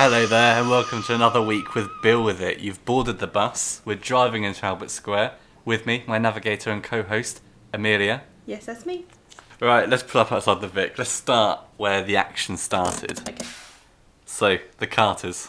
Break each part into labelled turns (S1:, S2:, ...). S1: Hello there, and welcome to another week with Bill with It. You've boarded the bus, we're driving into Albert Square. With me, my navigator and co host, Amelia.
S2: Yes, that's me.
S1: Right, let's pull up outside the Vic. Let's start where the action started.
S2: Okay.
S1: So, the Carters.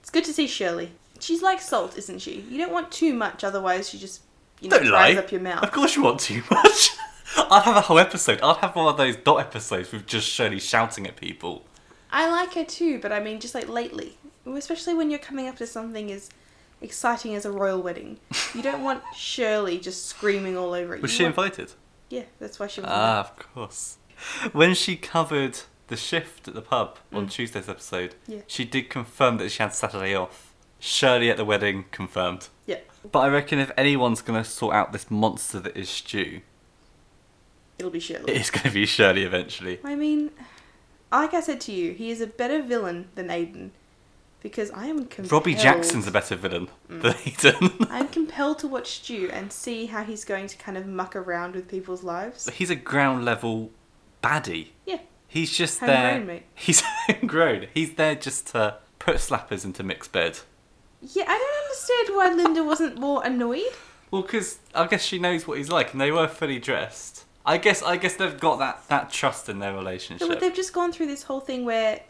S2: It's good to see Shirley. She's like salt, isn't she? You don't want too much, otherwise you just you know
S1: Don't lie.
S2: dries up your mouth.
S1: Of course you want too much. I'd have a whole episode. I'd have one of those dot episodes with just Shirley shouting at people.
S2: I like her too, but I mean just like lately, especially when you're coming up to something as exciting as a royal wedding, you don't want Shirley just screaming all over it.
S1: Was
S2: You
S1: she
S2: want-
S1: invited?
S2: Yeah, that's why she was.
S1: Ah, of course. When she covered the shift at the pub on Tuesday's episode,
S2: Mm. Yeah.
S1: she did confirm that she had Saturday off. Shirley at the wedding confirmed.
S2: Yeah,
S1: But I reckon if anyone's going to sort out this monster that is Stu,
S2: it'll be Shirley.
S1: it is going to be Shirley eventually.
S2: I mean, like I said to you, he is a better villain than Aiden, because I am compelled.
S1: Robbie Jackson's a better villain
S2: Mm.
S1: than Aiden.
S2: I'm compelled to watch Stu and see how he's going to kind of muck around with people's lives.
S1: He's a ground level baddie.
S2: Yeah,
S1: He's just
S2: Homegrown,
S1: there.
S2: mate.
S1: He's homegrown. He's there just to put slappers into mixed bed.
S2: yeah. I don't understand why Linda wasn't more annoyed.
S1: Well, because I guess she knows what he's like, and they were fully dressed. I guess I guess they've got that, that trust in their
S2: But
S1: relationship.
S2: They've just gone through this whole thing where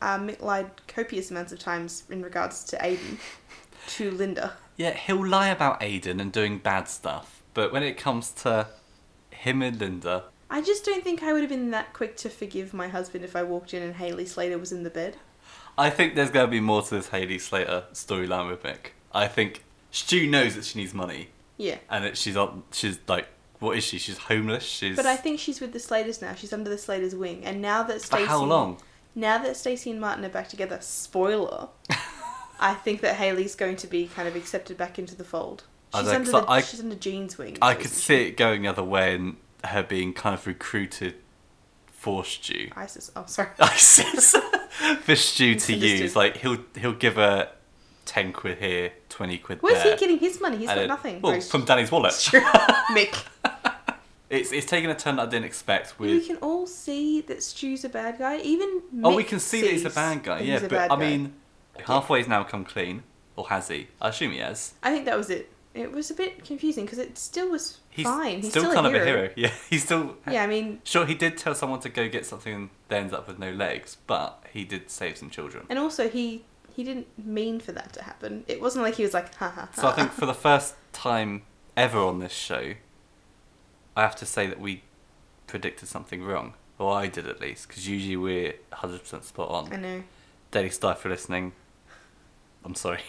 S2: uh, Mick lied copious amounts of times in regards to Aiden to Linda.
S1: Yeah, he'll lie about Aiden and doing bad stuff, but when it comes to him and Linda,
S2: I just don't think I would have been that quick to forgive my husband if I walked in and Haley Slater was in the bed.
S1: I think there's going to be more to this Haley Slater storyline with Mick. I think Stu knows that she needs money,
S2: Yeah.
S1: and that she's on. She's like, what is she? She's homeless. She's.
S2: But I think she's with the Slaters now. She's under the Slaters' wing, and now that
S1: for
S2: Stacey,
S1: how long?
S2: Now that Stacey and Martin are back together, spoiler. I think that Haley's going to be kind of accepted back into the fold.
S1: I
S2: She's
S1: don't-
S2: under
S1: 'cause
S2: the,
S1: I-
S2: she's under Jean's wing.
S1: I could see it going the other way and her being kind of recruited for Stu.
S2: ISIS. Oh, sorry.
S1: ISIS for Stu to
S2: Misunderstood.
S1: use. Like he'll he'll give her ten quid here, twenty quid
S2: Where's
S1: there.
S2: he getting his money? He's
S1: and
S2: got
S1: it-
S2: nothing.
S1: Well,
S2: Right.
S1: from Danny's wallet.
S2: It's true. Mick.
S1: It's it's taken a turn that I didn't expect.
S2: We
S1: With
S2: can all see that Stu's a bad guy. Even
S1: oh,
S2: Mick
S1: we can see that he's a
S2: sees
S1: bad guy.
S2: that
S1: Yeah,
S2: he's a
S1: but
S2: bad
S1: I
S2: guy.
S1: mean, halfway's now come clean, or has he? I assume he has.
S2: I think that was it. It was a bit confusing because it still was
S1: He's
S2: fine. He's
S1: still, kind of a hero. Yeah, he's still.
S2: Yeah, I mean,
S1: Sure, he did tell someone to go get something and they ends up with no legs, but he did save some children.
S2: and also he he didn't mean for that to happen. It wasn't like he was like, ha ha.
S1: So I
S2: ha."
S1: think for the first time ever on this show, I have to say that we predicted something wrong. Or I did at least, because usually we're 100% spot
S2: I
S1: on.
S2: know.
S1: Daily Star for listening. I'm sorry.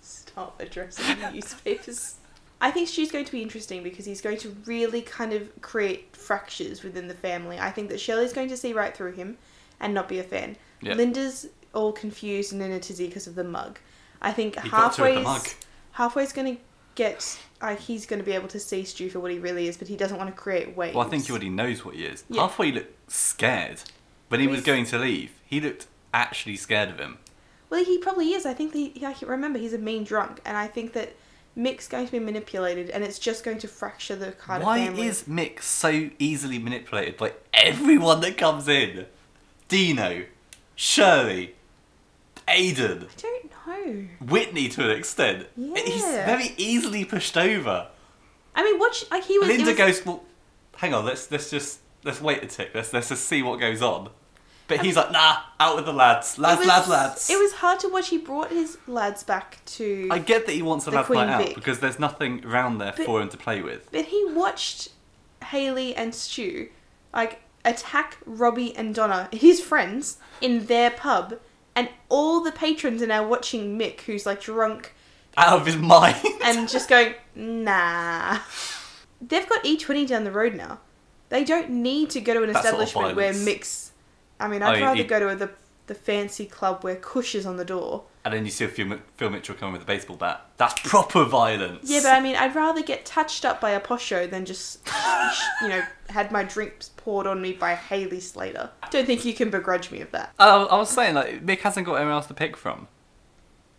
S2: Stop addressing the newspapers. I think Stu's going to be interesting because he's going to really kind of create fractures within the family. I think that Shirley's going to see right through him and not be a fan.
S1: Yeah.
S2: Linda's all confused and in a tizzy because of the mug. I think
S1: He got to with the
S2: halfway's
S1: mug.
S2: halfway's going to get like he's going to be able to see Stu for what he really is, but he doesn't want to create waves.
S1: Well, I think he already knows what he is.
S2: Yeah.
S1: Halfway he looked scared. When he
S2: Well,
S1: was
S2: he's-
S1: going to leave, he looked actually scared of him.
S2: Well, he probably is. I think that he, I can remember he's a mean drunk, and I think that Mick's going to be manipulated, and it's just going to fracture the Carter
S1: Why
S2: family.
S1: is Mick so easily manipulated by everyone that comes in? Dino, Shirley, Aiden.
S2: I don't know.
S1: Whitney to an extent. He's
S2: Yeah.
S1: very easily pushed over.
S2: I mean, what? She, like he was. it
S1: Linda
S2: was-
S1: goes, "Well, hang on. Let's let's just let's wait a tick. Let's let's just see what goes on." But he's like, "Nah, out with the lads,
S2: it
S1: lads,
S2: was-
S1: lads, lads."
S2: It was hard to watch. He brought his lads back to.
S1: I get that he wants a
S2: the
S1: lad
S2: Queen
S1: night out
S2: Vic.
S1: because there's nothing around there
S2: But-
S1: for him to play with.
S2: But he watched Haley and Stu, like attack Robbie and Donna, his friends, in their pub, and all the patrons are now watching Mick, who's like drunk
S1: Out of his mind.
S2: and just going, nah. They've got E20 down the road now. They don't need to go to an
S1: That sort of
S2: establishment where
S1: violence.
S2: Mick's. I mean,
S1: I
S2: I'd
S1: mean,
S2: rather
S1: he-
S2: go to the the fancy club where Cush is on the door.
S1: and then you see Phil, Mi- Phil Mitchell coming with a baseball bat. That's proper violence.
S2: Yeah, but I mean, I'd rather get touched up by a posho than just, you know, had my drinks poured on me by Haley Slater. Don't think you can begrudge me of that.
S1: I, I was saying like Mick hasn't got anyone else to pick from,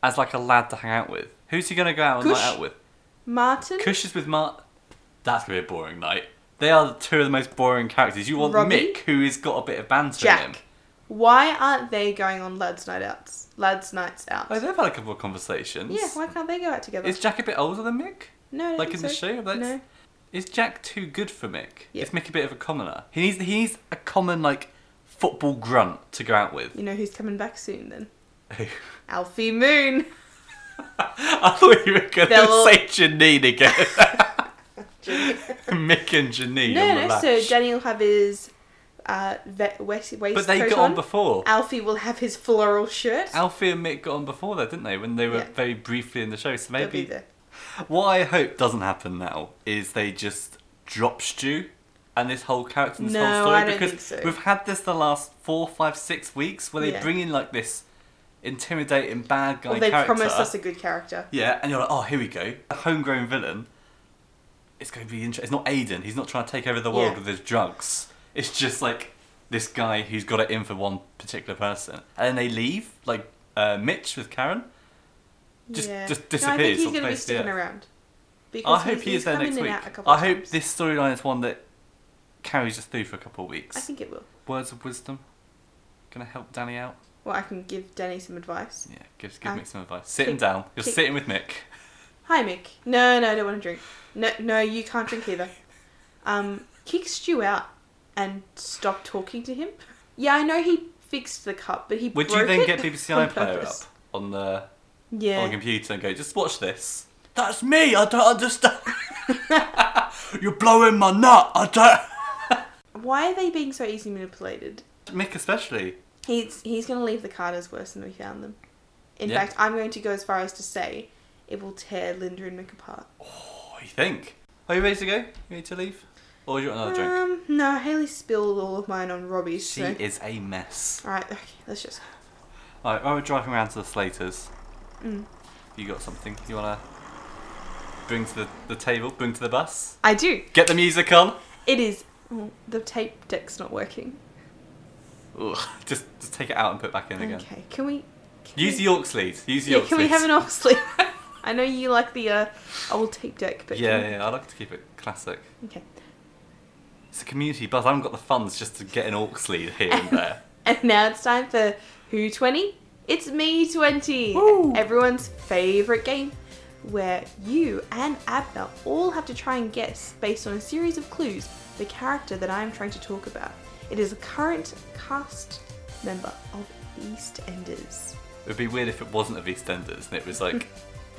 S1: as like a lad to hang out with. Who's he gonna go out on a
S2: Kush.
S1: night out with?
S2: Martin,
S1: Cush is with Mart. That's gonna be a boring night. They are two of the most boring characters. You want
S2: Robbie?
S1: Mick, who has got a bit of banter in him.
S2: Jack. Why aren't they going on lads' night outs? Lads' nights out.
S1: Oh, they've had a couple of conversations.
S2: yeah, why can't they go out together?
S1: Is Jack a bit older than Mick?
S2: no, I don't
S1: Like
S2: think
S1: in the
S2: so.
S1: show? That's,
S2: No.
S1: Is Jack too good for Mick?
S2: Yeah.
S1: Is Mick a bit of a commoner? He needs he needs a common like football grunt to go out with.
S2: You know who's coming back soon then?
S1: Who?
S2: Alfie Moon.
S1: I thought you were going to
S2: They're all-
S1: say Janine again. Mick and Janine. on
S2: no,
S1: the
S2: no.
S1: latch.
S2: So Danny will have his uh, ve- waist, waistcoat
S1: but they got on before.
S2: Alfie will have his floral shirt.
S1: Alfie and Mick got on before that, didn't they? When they were
S2: Yeah.
S1: very briefly in the show. So
S2: They'll be
S1: maybe
S2: there.
S1: what I hope doesn't happen now is they just drop Stu and this whole character and this
S2: No,
S1: whole story
S2: I don't
S1: because
S2: think so.
S1: we've had this the last four, five, six weeks where they
S2: Yeah.
S1: bring in like this intimidating bad guy
S2: Or they
S1: character.
S2: promised us a good character.
S1: Yeah, and you're like, oh, here we go, a homegrown villain. It's going to be interesting. It's not Aiden. He's not trying to take over the world
S2: Yeah.
S1: with his drugs. It's just like this guy who's got it in for one particular person, and then they leave, like uh, Mitch with Karen. Just-
S2: yeah.
S1: just
S2: No, I think
S1: disappears
S2: he's
S1: off
S2: gonna be
S1: face the
S2: sticking
S1: earth. I
S2: around. Because
S1: hope
S2: he's,
S1: he is
S2: he's
S1: there
S2: come
S1: next
S2: in and
S1: week.
S2: out a couple
S1: I
S2: of
S1: hope
S2: times.
S1: this storyline is one that carries us through for a couple of weeks.
S2: I think it will.
S1: Words of wisdom, gonna help Danny out.
S2: Well, I can give Danny some advice.
S1: Yeah, give give
S2: Uh,
S1: Mick some advice. Sit him
S2: kick-
S1: down. You're
S2: kick-
S1: sitting with Mick.
S2: Hi, Mick. No, no, I don't want to drink. No, no, you can't drink either. Um, kick Stu out and stop talking to him. Yeah, I know he fixed the cup, but he
S1: Would
S2: broke
S1: you then
S2: it
S1: get BBC
S2: on
S1: iPlayer up
S2: purpose.
S1: on the on the
S2: Yeah,
S1: computer and go, just watch this. That's me. I don't understand. You're blowing my nut. I don't.
S2: why are they being so easily manipulated?
S1: Mick especially.
S2: He's he's going to leave the Carters worse than we found them. In
S1: Yeah.
S2: fact, I'm going to go as far as to say it will tear Linda and Mick apart.
S1: What do you think? Are you ready to go? You ready to leave? Or do you want another drink?
S2: um, no, Haley spilled all of mine on Robbie.
S1: She
S2: so.
S1: is a mess.
S2: All right, okay, let's just.
S1: Alright, while we're driving around to the Slaters,
S2: Mm.
S1: you got something you want to bring to the, the table, bring to the bus?
S2: I do.
S1: Get the music on?
S2: It is. Oh, the tape deck's not working.
S1: Ugh, just, just take it out and put it back in again.
S2: Okay, can we? Can
S1: Use
S2: we,
S1: the aux lead. Use the
S2: yeah,
S1: aux
S2: can we
S1: lead.
S2: have an off sleep? I know you like the uh, old tape deck, but
S1: Yeah,
S2: can-
S1: yeah, I like to keep it classic.
S2: Okay,
S1: It's a community buzz. I haven't got the funds just to get an aux lead here and there.
S2: and now it's time for Who Twenty. It's me twenty.
S1: Woo!
S2: Everyone's favorite game, where you and Abner all have to try and guess based on a series of clues the character that I am trying to talk about. It is a current cast member of EastEnders.
S1: It would be weird if it wasn't of EastEnders and it was like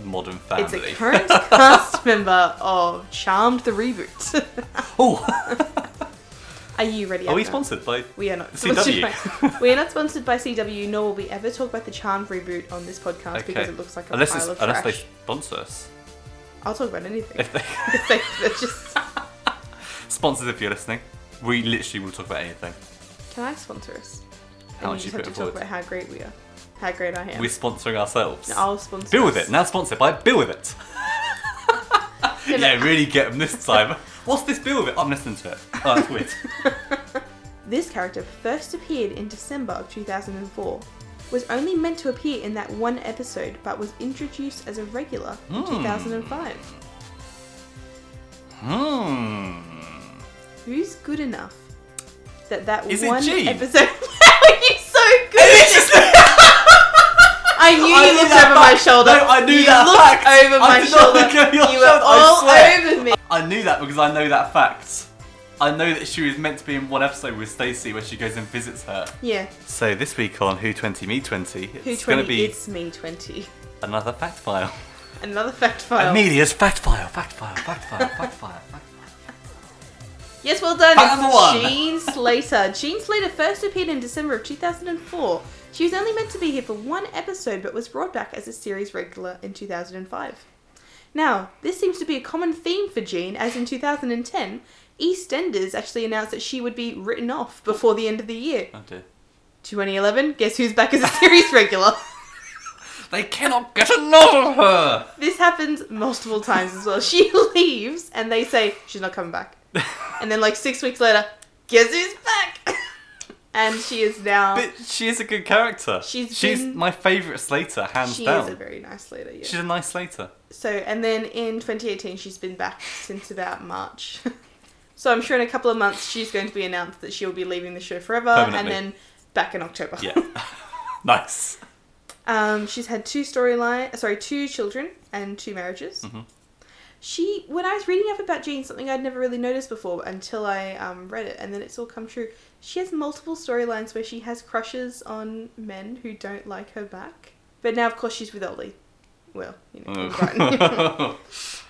S1: Modern Family.
S2: It's a current cast member of Charmed the Reboot.
S1: oh,
S2: Are you ready?
S1: are we
S2: Emma?
S1: sponsored by?
S2: We are not sponsored
S1: CW.
S2: by. we are not sponsored by CW, nor will we ever talk about the Charmed reboot on this podcast because it looks like a
S1: unless
S2: pile
S1: it's-
S2: of
S1: unless
S2: trash.
S1: they sponsor us.
S2: I'll talk about anything.
S1: If they
S2: If they- they're just-
S1: sponsors, if you're listening, we literally will talk about anything.
S2: Can I sponsor us?
S1: How
S2: and
S1: much you put
S2: you just have to
S1: it
S2: talk
S1: forward?
S2: about how great we are, how great I am.
S1: We're sponsoring ourselves.
S2: No, I'll sponsor.
S1: Bill with
S2: us.
S1: it. Now sponsored by Bill with it.
S2: No, no.
S1: yeah, really get them this time. What's this Bill with it? I'm listening to it. Oh, that's weird.
S2: This character first appeared in December of 2004, was only meant to appear in that one episode, but was introduced as a regular in
S1: Hmm.
S2: 2005.
S1: Hmm.
S2: Who's good enough that that
S1: Is it
S2: one
S1: Jean?
S2: episode? How are you so good? I knew you
S1: I knew
S2: looked
S1: that
S2: over my
S1: fact.
S2: shoulder.
S1: No, I knew
S2: you
S1: that
S2: looked
S1: fact.
S2: over
S1: I
S2: my
S1: did not
S2: shoulder.
S1: look over your
S2: you
S1: shoulder,
S2: were
S1: I
S2: all
S1: swear.
S2: over me.
S1: I knew that because I know that fact. I know that she was meant to be in one episode with Stacey where she goes and visits her.
S2: Yeah.
S1: So this week on Who 20 Me 20, it's
S2: Who
S1: going
S2: twenty?
S1: to be
S2: It's me twenty.
S1: another fact file.
S2: Another fact file.
S1: Amelia's fact file, fact file, fact file, fact file, fact file.
S2: Yes, well done.
S1: Fact number one.
S2: Jean Slater. Jean Slater first appeared in December of 2004. She was only meant to be here for one episode, but was brought back as a series regular in 2005. Now, this seems to be a common theme for Jean, as in 2010, EastEnders actually announced that she would be written off before the end of the year.
S1: Oh dear.
S2: 2011, guess who's back as a series regular?
S1: They cannot get enough of her!
S2: This happens multiple times as well. She leaves, and they say she's not coming back. And then, like six weeks later, guess who's back? and she is now.
S1: but she is a good character.
S2: She's
S1: She's
S2: been-
S1: my favourite Slater, hands
S2: she
S1: down.
S2: is a very nice leader. Yeah.
S1: She's a nice Slater.
S2: So, and then in 2018, she's been back since about March. so I'm sure in a couple of months she's going to be announced that she'll be leaving the show forever, and
S1: Permanently.
S2: then back in October.
S1: Yeah. nice.
S2: Um, she's had two storyline, sorry, two children and two marriages.
S1: Mhm.
S2: She, when I was reading up about Jean, something I'd never really noticed before until I um, read it, and then it's all come true. She has multiple storylines where she has crushes on men who don't like her back, but now of course she's with Ollie. Well, you
S1: Oh.
S2: know, Brighton.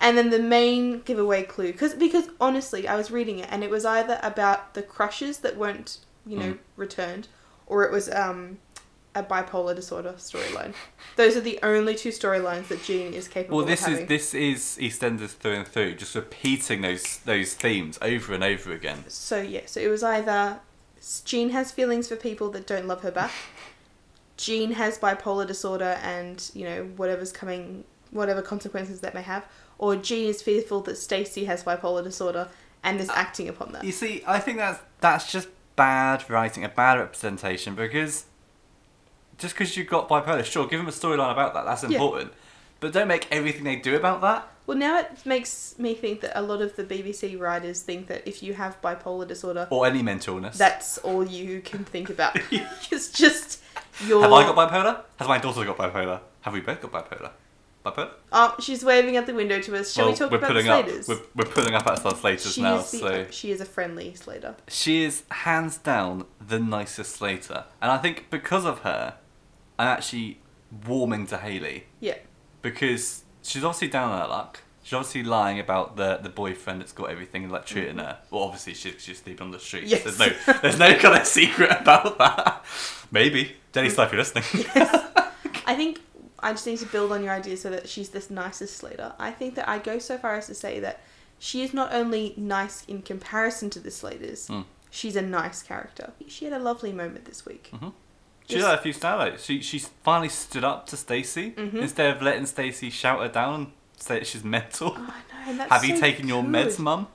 S2: and then the main giveaway clue, because because honestly, I was reading it, and it was either about the crushes that weren't, you know,
S1: Mm.
S2: returned, or it was um, a bipolar disorder storyline. Those are the only two storylines that Jean is capable
S1: well,
S2: of
S1: this
S2: having.
S1: is this is EastEnders through and through, just repeating those those themes over and over again.
S2: So yeah, so it was either Jean has feelings for people that don't love her back. Jean has bipolar disorder and you know whatever's coming, whatever consequences that may have, or Jean is fearful that Stacy has bipolar disorder and
S1: Uh,
S2: is acting upon that.
S1: You see, I think that's that's just bad writing, a bad representation because just because you got bipolar, sure, give them a storyline about that. That's
S2: Yeah.
S1: important, but don't make everything they do about that.
S2: Well, now it makes me think that a lot of the BBC writers think that if you have bipolar disorder,
S1: Or any mental illness.
S2: that's all you can think about. it's just your.
S1: Have I got bipolar? Has my daughter got bipolar? Have we both got bipolar? Bipolar?
S2: Oh, she's waving out the window to us. Shall
S1: well,
S2: we talk
S1: we're
S2: about
S1: pulling
S2: the
S1: up.
S2: Slaters?
S1: We're, we're pulling up at our Slaters
S2: She
S1: now.
S2: is the-
S1: so
S2: she is a friendly Slater.
S1: she is hands down the nicest Slater, and I think because of her, I'm actually warming to Haley.
S2: Yeah.
S1: because she's obviously down on her luck. She's obviously lying about the the boyfriend that's got everything and like treating her. Well, obviously she, she's sleeping on the streets.
S2: Mm-hmm. Yes.
S1: There's no there's no kind of secret about that. Maybe Jenny
S2: Mm.
S1: Sly, if you're listening.
S2: I think I just need to build on your idea so that she's this nicest Slater. I think that I'd go so far as to say that she is not only nice in comparison to the Slaters,
S1: Mm.
S2: she's a nice character. She had a lovely moment this week.
S1: She's
S2: Yes.
S1: Mm-hmm. had a few standouts. She she finally stood up to Stacey
S2: Mhm.
S1: instead of letting Stacey shout her down and say that she's mental.
S2: Oh, I know, and that's
S1: Have you
S2: so
S1: taken your meds,
S2: good.
S1: mum?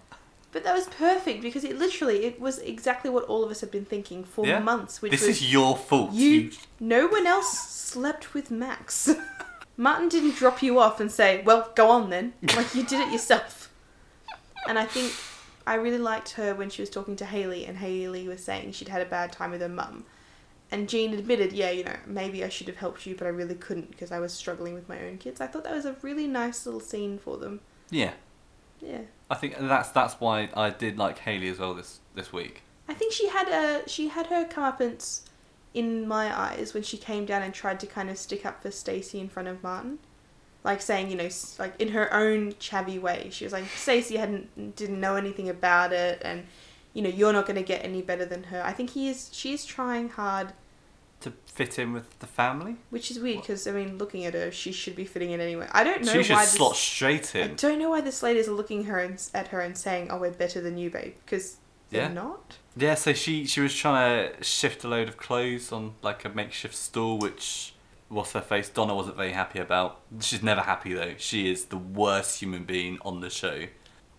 S2: But that was perfect because it literally it was exactly what all of us had been thinking for
S1: Yeah.
S2: months, which
S1: This
S2: was
S1: is your fault.
S2: You-
S1: you
S2: no one else slept with Max. Martin didn't drop you off and say, "Well, go on then." Like you did it yourself. And I think I really liked her when she was talking to Haley and Haley was saying she'd had a bad time with her mum. And Jean admitted, "Yeah, you know, maybe I should have helped you, but I really couldn't because I was struggling with my own kids." I thought that was a really nice little scene for them.
S1: yeah.
S2: Yeah.
S1: I think that's that's why I did like Haley as well this this week.
S2: I think she had a she had her comeuppance in my eyes when she came down and tried to kind of stick up for Stacy in front of Martin, like saying you know s- like in her own chavvy way she was like Stacy hadn't didn't know anything about it and you know you're not going to get any better than her. I think he is she is trying hard,
S1: To fit in with the family.
S2: which is weird because I mean looking at her she should be fitting in anyway. I don't know
S1: she should
S2: why
S1: slot
S2: this,
S1: straight
S2: I
S1: in.
S2: don't know why the Slaters are looking her and, at her and saying oh we're better than you babe because they're
S1: Yeah.
S2: not.
S1: Yeah, so she she was trying to shift a load of clothes on like a makeshift stool, which what's her face Donna wasn't very happy about. She's never happy though. She is the worst human being on the show.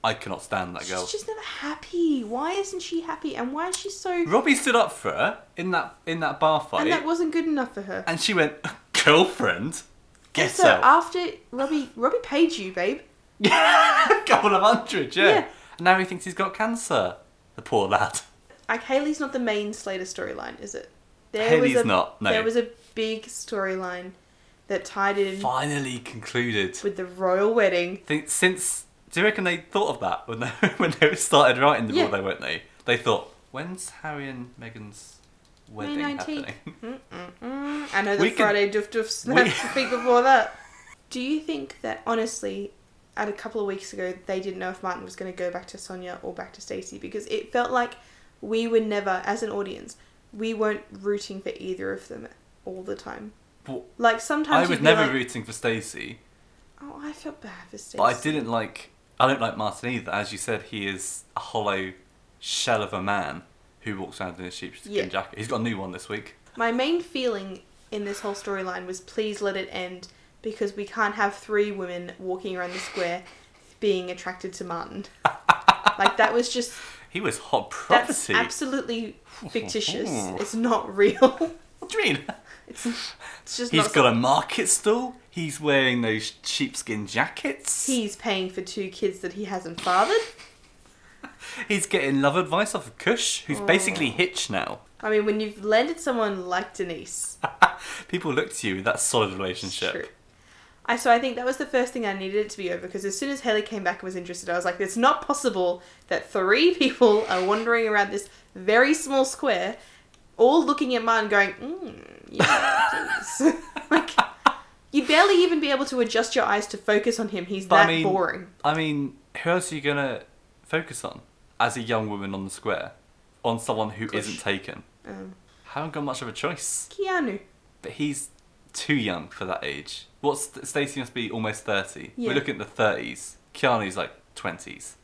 S1: I cannot stand that girl.
S2: She's just never happy. Why isn't she happy? And why is she so?
S1: Robbie stood up for her in that in that bar fight,
S2: And
S1: and,
S2: that wasn't good enough for her.
S1: she went girlfriend. Get
S2: also,
S1: out.
S2: after Robbie, Robbie paid you, babe.
S1: Couple of hundred, yeah.
S2: Yeah.
S1: And now he thinks he's got cancer. The poor lad.
S2: Like Haley's not the main Slater storyline, is it?
S1: Hayley's
S2: a,
S1: not, no.
S2: There was a big storyline that tied in
S1: Finally concluded.
S2: with the royal wedding.
S1: think since do you reckon they thought of that when they when they started writing the
S2: Yeah.
S1: book, they weren't they? They thought, when's Harry and Meghan's wedding
S2: May 19th.
S1: happening?
S2: Mm, I know the
S1: We can-
S2: Friday doof doofs
S1: we-
S2: the week before that. Do you think that honestly, at a couple of weeks ago, they didn't know if Martin was going to go back to Sonia or back to Stacey because it felt like we were never, as an audience, we weren't rooting for either of them all the time.
S1: But
S2: Like
S1: I
S2: sometimes you'd
S1: was
S2: be
S1: never
S2: like,
S1: rooting for Stacey,
S2: oh, I felt bad for Stacey.
S1: but I didn't like I don't like Martin either. As you said, he is a hollow shell of a man who walks around in a sheepskin
S2: Yeah.
S1: jacket. He's got a new one this week.
S2: My main feeling in this whole storyline was please let it end because we can't have three women walking around the square being attracted to Martin. like that was just
S1: He was hot
S2: that's
S1: property.
S2: absolutely fictitious. It's not real.
S1: what do you mean?
S2: It's, it's just
S1: He's
S2: not
S1: got a market stall. He's wearing those sheepskin jackets.
S2: he's paying for two kids that he hasn't fathered. Oh.
S1: He's getting love advice off of Kush, who's basically Hitch now.
S2: I mean, when you've landed someone like Denise,
S1: People look to you with that solid relationship.
S2: True. I so I think that was the first thing I needed it to be over because as soon as Haley came back and was interested, I was like, it's not possible that three people are wandering around this very small square, all looking at mine, going, mm, yeah, please." like you'd barely even be able to adjust your eyes to focus on him. He's
S1: But I
S2: that
S1: mean-
S2: boring.
S1: I mean, who else are you gonna focus on as a young woman on the square? On someone who
S2: Kush.
S1: not taken.
S2: Um,
S1: Haven't got much of a choice.
S2: Keanu,
S1: But he's too young for that age. What's Stacey must be almost thirty.
S2: Yeah.
S1: We're looking at the thirties. Keanu's like twenties.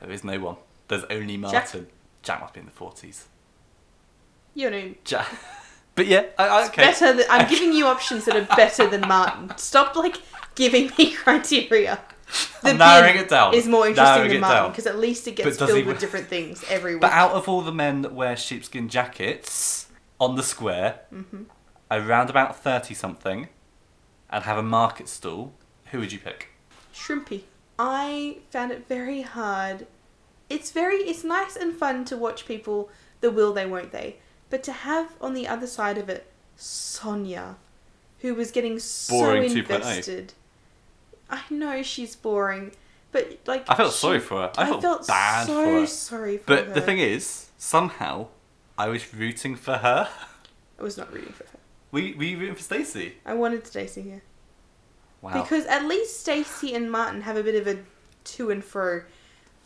S1: There is no one. There's only
S2: Jack.
S1: Martin. Jack must be in the forties.
S2: you know,
S1: Jack. But yeah, I, I,
S2: it's
S1: okay.
S2: better. Than, I'm giving you options that are better than Martin. Stop like giving me criteria.
S1: I'm narrowing
S2: bin
S1: it down.
S2: is more interesting
S1: Narrowing
S2: than
S1: it
S2: Martin
S1: down.
S2: because at least it gets
S1: But does
S2: filled
S1: he-
S2: with different things every week.
S1: But out of all the men that wear sheepskin jackets on the square,
S2: Mm-hmm.
S1: around about 30 something, and have a market stall, who would you pick?
S2: Shrimpy. I found it very hard. It's very it's nice and fun to watch people the will they won't they, but to have on the other side of it Sonia, who was getting so
S1: Boring 2.0.
S2: invested. I know she's boring, but like
S1: I felt
S2: she-
S1: sorry for her. I felt, bad
S2: so
S1: for her.
S2: sorry for
S1: But
S2: her.
S1: the thing is, somehow, I was rooting for her.
S2: I was not rooting for her.
S1: We we rooting for Stacey.
S2: I wanted Stacey here.
S1: Wow.
S2: Because at least Stacey and Martin have a bit of a to and fro.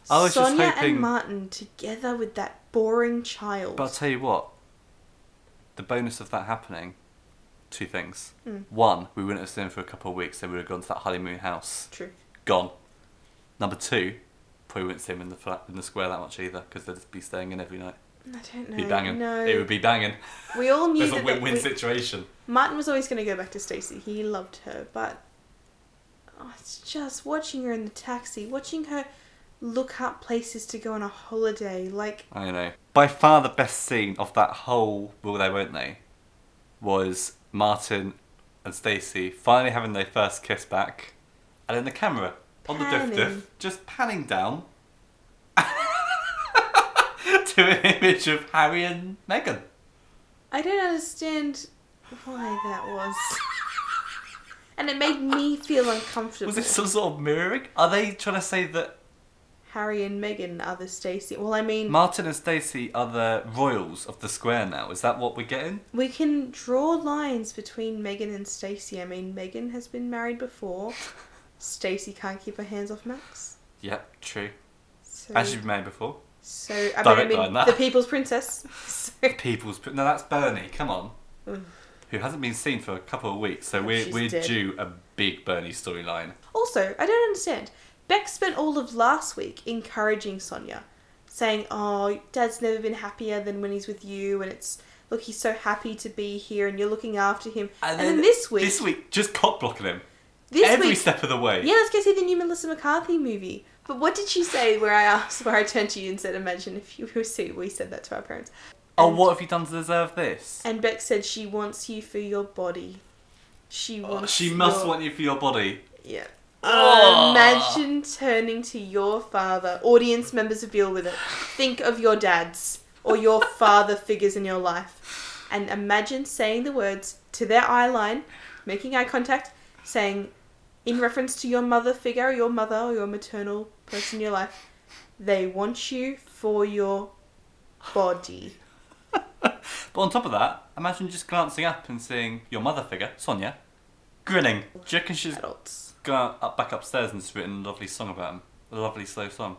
S1: I was just
S2: Sonia and
S1: hoping-
S2: Martin together with that boring child.
S1: But I'll tell you what, the bonus of that happening, two things.
S2: Mm.
S1: One, we wouldn't have seen him for a couple of weeks, so we would have gone to that honeymoon house.
S2: True.
S1: gone. Number two, probably wouldn't see him in the flat, in the square that much either, because they'd just be staying in every night.
S2: I don't know.
S1: be banging.
S2: No.
S1: It would be banging.
S2: we all knew
S1: There's a
S2: that
S1: win-win
S2: we-
S1: situation.
S2: Martin was always going to go back to Stacey. He loved her, but oh, it's just watching her in the taxi, watching her look up places to go on a holiday. Like
S1: I know. By far the best scene of that whole will they won't they, was Martin and Stacey finally having their first kiss back, and then the camera on the diff
S2: Panning.
S1: diff just panning down. to an image of Harry and Meghan.
S2: I don't understand why that was. And it made me feel uncomfortable.
S1: Was it some sort of mirroring? Are they trying to say that
S2: Harry and Meghan are the Stacey. Well, I mean,
S1: Martin and Stacey are the royals of the square now. Is that what we're getting?
S2: we can draw lines between Meghan and Stacey. I mean, Meghan has been married before. Stacey can't keep her hands off Max.
S1: Yep, true.
S2: So,
S1: As you've made before.
S2: so I mean, I
S1: Direct
S2: mean
S1: line, that.
S2: the people's princess. So,
S1: People's. No, that's Bernie. Come on.
S2: Ugh.
S1: Who hasn't been seen for a couple of weeks, so
S2: Oh,
S1: we're,
S2: she's
S1: we're
S2: dead.
S1: due a big Bernie storyline.
S2: also, I don't understand. Beck spent all of last week encouraging Sonia, saying, "Oh, Dad's never been happier than when he's with you, and it's look, he's so happy to be here, and you're looking after him." And, then, this week,
S1: This week, just cop blocking him.
S2: this
S1: every
S2: week,
S1: step of the way.
S2: yeah, let's go see the new Melissa McCarthy movie. But what did she say? Where I asked, where I turned to you and said, "Imagine if you were see we said that to our parents."
S1: Oh,
S2: And-
S1: what have you done to deserve this?
S2: And Beck said she wants you for your body. She
S1: Oh,
S2: wants.
S1: she must
S2: your-
S1: want you for your body.
S2: Yeah.
S1: Oh.
S2: Imagine turning to your father. Audience members who deal with it. Think of your dads or your father figures in your life, and imagine saying the words to their eye line, making eye contact, saying, in reference to your mother figure, or your mother or your maternal person in your life, they want you for your body.
S1: But on top of that, imagine just glancing up and seeing your mother figure, Sonia, grinning. Do you reckon she's
S2: Adults.
S1: gone up back upstairs and just written a lovely song about him. A lovely slow song.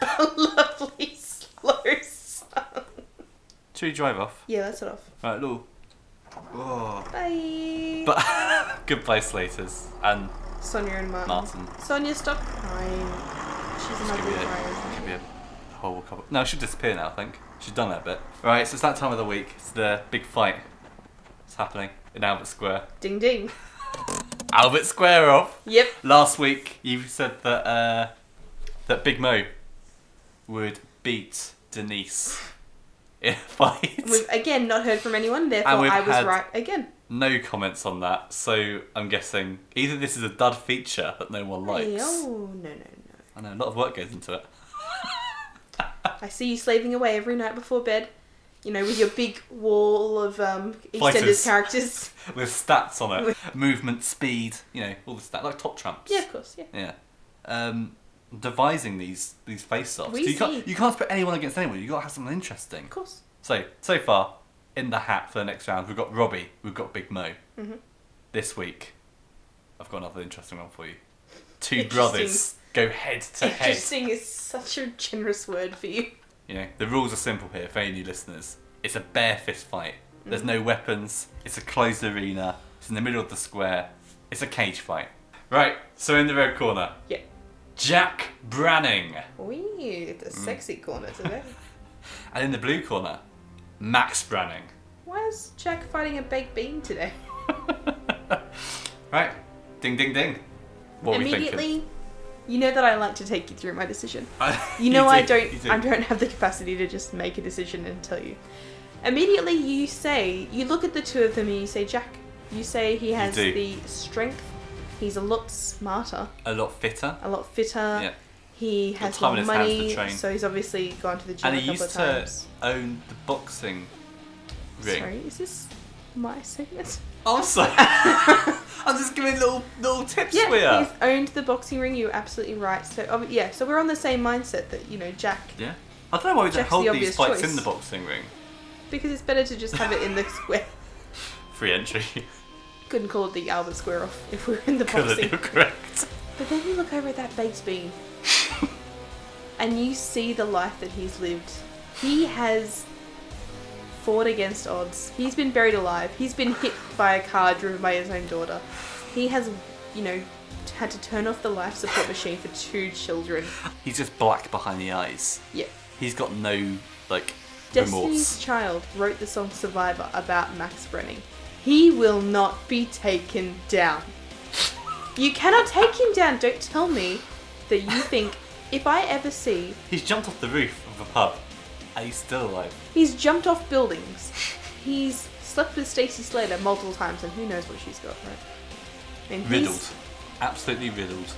S2: Lovely slow song.
S1: Should we drive off?
S2: Yeah, that's it off.
S1: Right, Lou. Oh.
S2: Bye.
S1: But goodbye, Slaters and
S2: Sonia and Martin.
S1: Martin.
S2: Sonia, stop crying. She's
S1: This
S2: another
S1: could be
S2: crying.
S1: a, could be a whole couple. No, she'll disappear now. I think she's done that bit. Right, so it's that time of the week. It's the big fight. It's happening in Albert Square.
S2: Ding ding.
S1: Albert Square off.
S2: Yep.
S1: Last week you said that uh, that Big Mo would beat Denise in a fight.
S2: We've again not heard from anyone, therefore
S1: we've
S2: I was
S1: had-
S2: right again.
S1: No comments on that, so I'm guessing either this is a dud feature that no one likes.
S2: Hey, oh no no no.
S1: I know a lot of work goes into it.
S2: I see you slaving away every night before bed. you know, with your big wall of um, extended
S1: Fighters.
S2: characters.
S1: with stats on it, movement, speed, you know, all the stats like top trumps.
S2: Yeah, of course, yeah.
S1: Yeah. Um, devising these these face offs.
S2: We
S1: You can't
S2: see.
S1: you can't put anyone against anyone. You have got to have something interesting.
S2: Of course.
S1: So so far, in the hat for the next round, we've got Robbie, we've got Big Mo.
S2: Mhm.
S1: This week, I've got another interesting one for you. Two
S2: Interesting.
S1: brothers go head to head.
S2: Interesting is such a generous word for you.
S1: You know, the rules are simple here for any new listeners. It's a bare fist fight. There's
S2: Mm-hmm.
S1: no weapons. It's a closed arena. It's in the middle of the square. It's a cage fight. Right, so in the red corner,
S2: Yeah.
S1: Jack Branning.
S2: We
S1: Mm.
S2: the sexy corner today.
S1: And in the blue corner, Max Branning.
S2: Why is Jack fighting a baked bean today?
S1: Right, ding ding ding. What are we thinking?
S2: Immediately, you know that I like to take you through my decision.
S1: I-
S2: You know I
S1: do, you
S2: don't
S1: do.
S2: I don't have the capacity to just make a decision and tell you. Immediately you say you look at the two of them and you say Jack. You say he has
S1: do.
S2: the strength. He's a lot smarter,
S1: A lot fitter.
S2: a lot fitter.
S1: Yeah.
S2: He has
S1: time
S2: more
S1: in his hands to
S2: money,
S1: train.
S2: so he's obviously gone to the gym
S1: And
S2: a
S1: he
S2: couple
S1: used
S2: of
S1: to
S2: times.
S1: own the boxing ring. Oh,
S2: Sorry, is this my segment?
S1: I'm sorry. I'm just giving little little tips
S2: Yeah,
S1: for you.
S2: he's owned the boxing ring. You're absolutely right. So ob- yeah, so we're on the same mindset that you know Jack,
S1: Yeah. I don't know why we don't
S2: Jack's
S1: hold
S2: the
S1: these
S2: obvious
S1: fights
S2: choice.
S1: in the boxing ring.
S2: because it's better to just have it in the square.
S1: Free entry.
S2: Couldn't call it the Albert Square off if we were in the
S1: Because
S2: boxing.
S1: you're correct.
S2: But then you look over at that baked bean, and you see the life that he's lived. He has fought against odds. He's been buried alive. He's been hit by a car driven by his own daughter. He has, you know, had to turn off the life support machine for two children.
S1: He's just black behind the eyes.
S2: Yeah.
S1: He's got no like
S2: Destiny's
S1: remorse.
S2: Child wrote the song Survivor about Max Brenning. He will not be taken down. You cannot take him down. Don't tell me that you think if I ever see
S1: He's jumped off the roof of a pub. And he's still alive.
S2: he's jumped off buildings. He's slept with Stacey Slater multiple times and who knows what she's got, right? And
S1: Riddled. Absolutely riddled.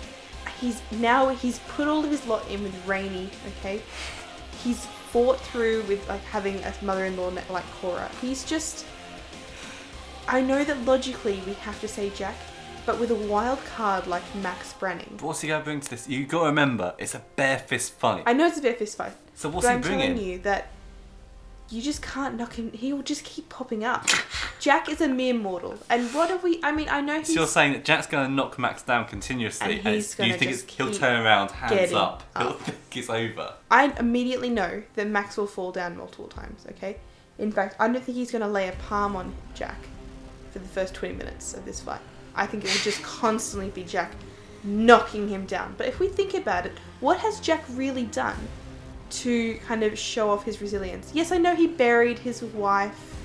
S2: he's now he's put all of his lot in with Rainey, okay? He's fought through with like having a mother-in-law na- like Cora. He's just I know that logically we have to say Jack, but with a wild card like Max Branning.
S1: But what's he gonna bring to this? You gotta remember, it's a bare fist fight.
S2: I know it's a bit fist fight.
S1: so what's
S2: but
S1: he
S2: I'm
S1: bringing?
S2: telling you that you just can't knock him. He will just keep popping up. Jack is a mere mortal, and what are we? I mean, I know
S1: So you're
S2: he's
S1: saying that Jack's gonna knock Max down continuously,
S2: And
S1: and,
S2: he's
S1: it's-
S2: gonna
S1: you think
S2: just
S1: it's, he'll
S2: keep
S1: turn around, hands
S2: getting
S1: up. He'll
S2: up.
S1: think it's over.
S2: I immediately know that Max will fall down multiple times, okay? In fact, I don't think he's going to lay a palm on Jack for the first 20 minutes of this fight. I think it will just constantly be Jack knocking him down. But if we think about it, what has Jack really done to kind of show off his resilience? Yes, I know he buried his wife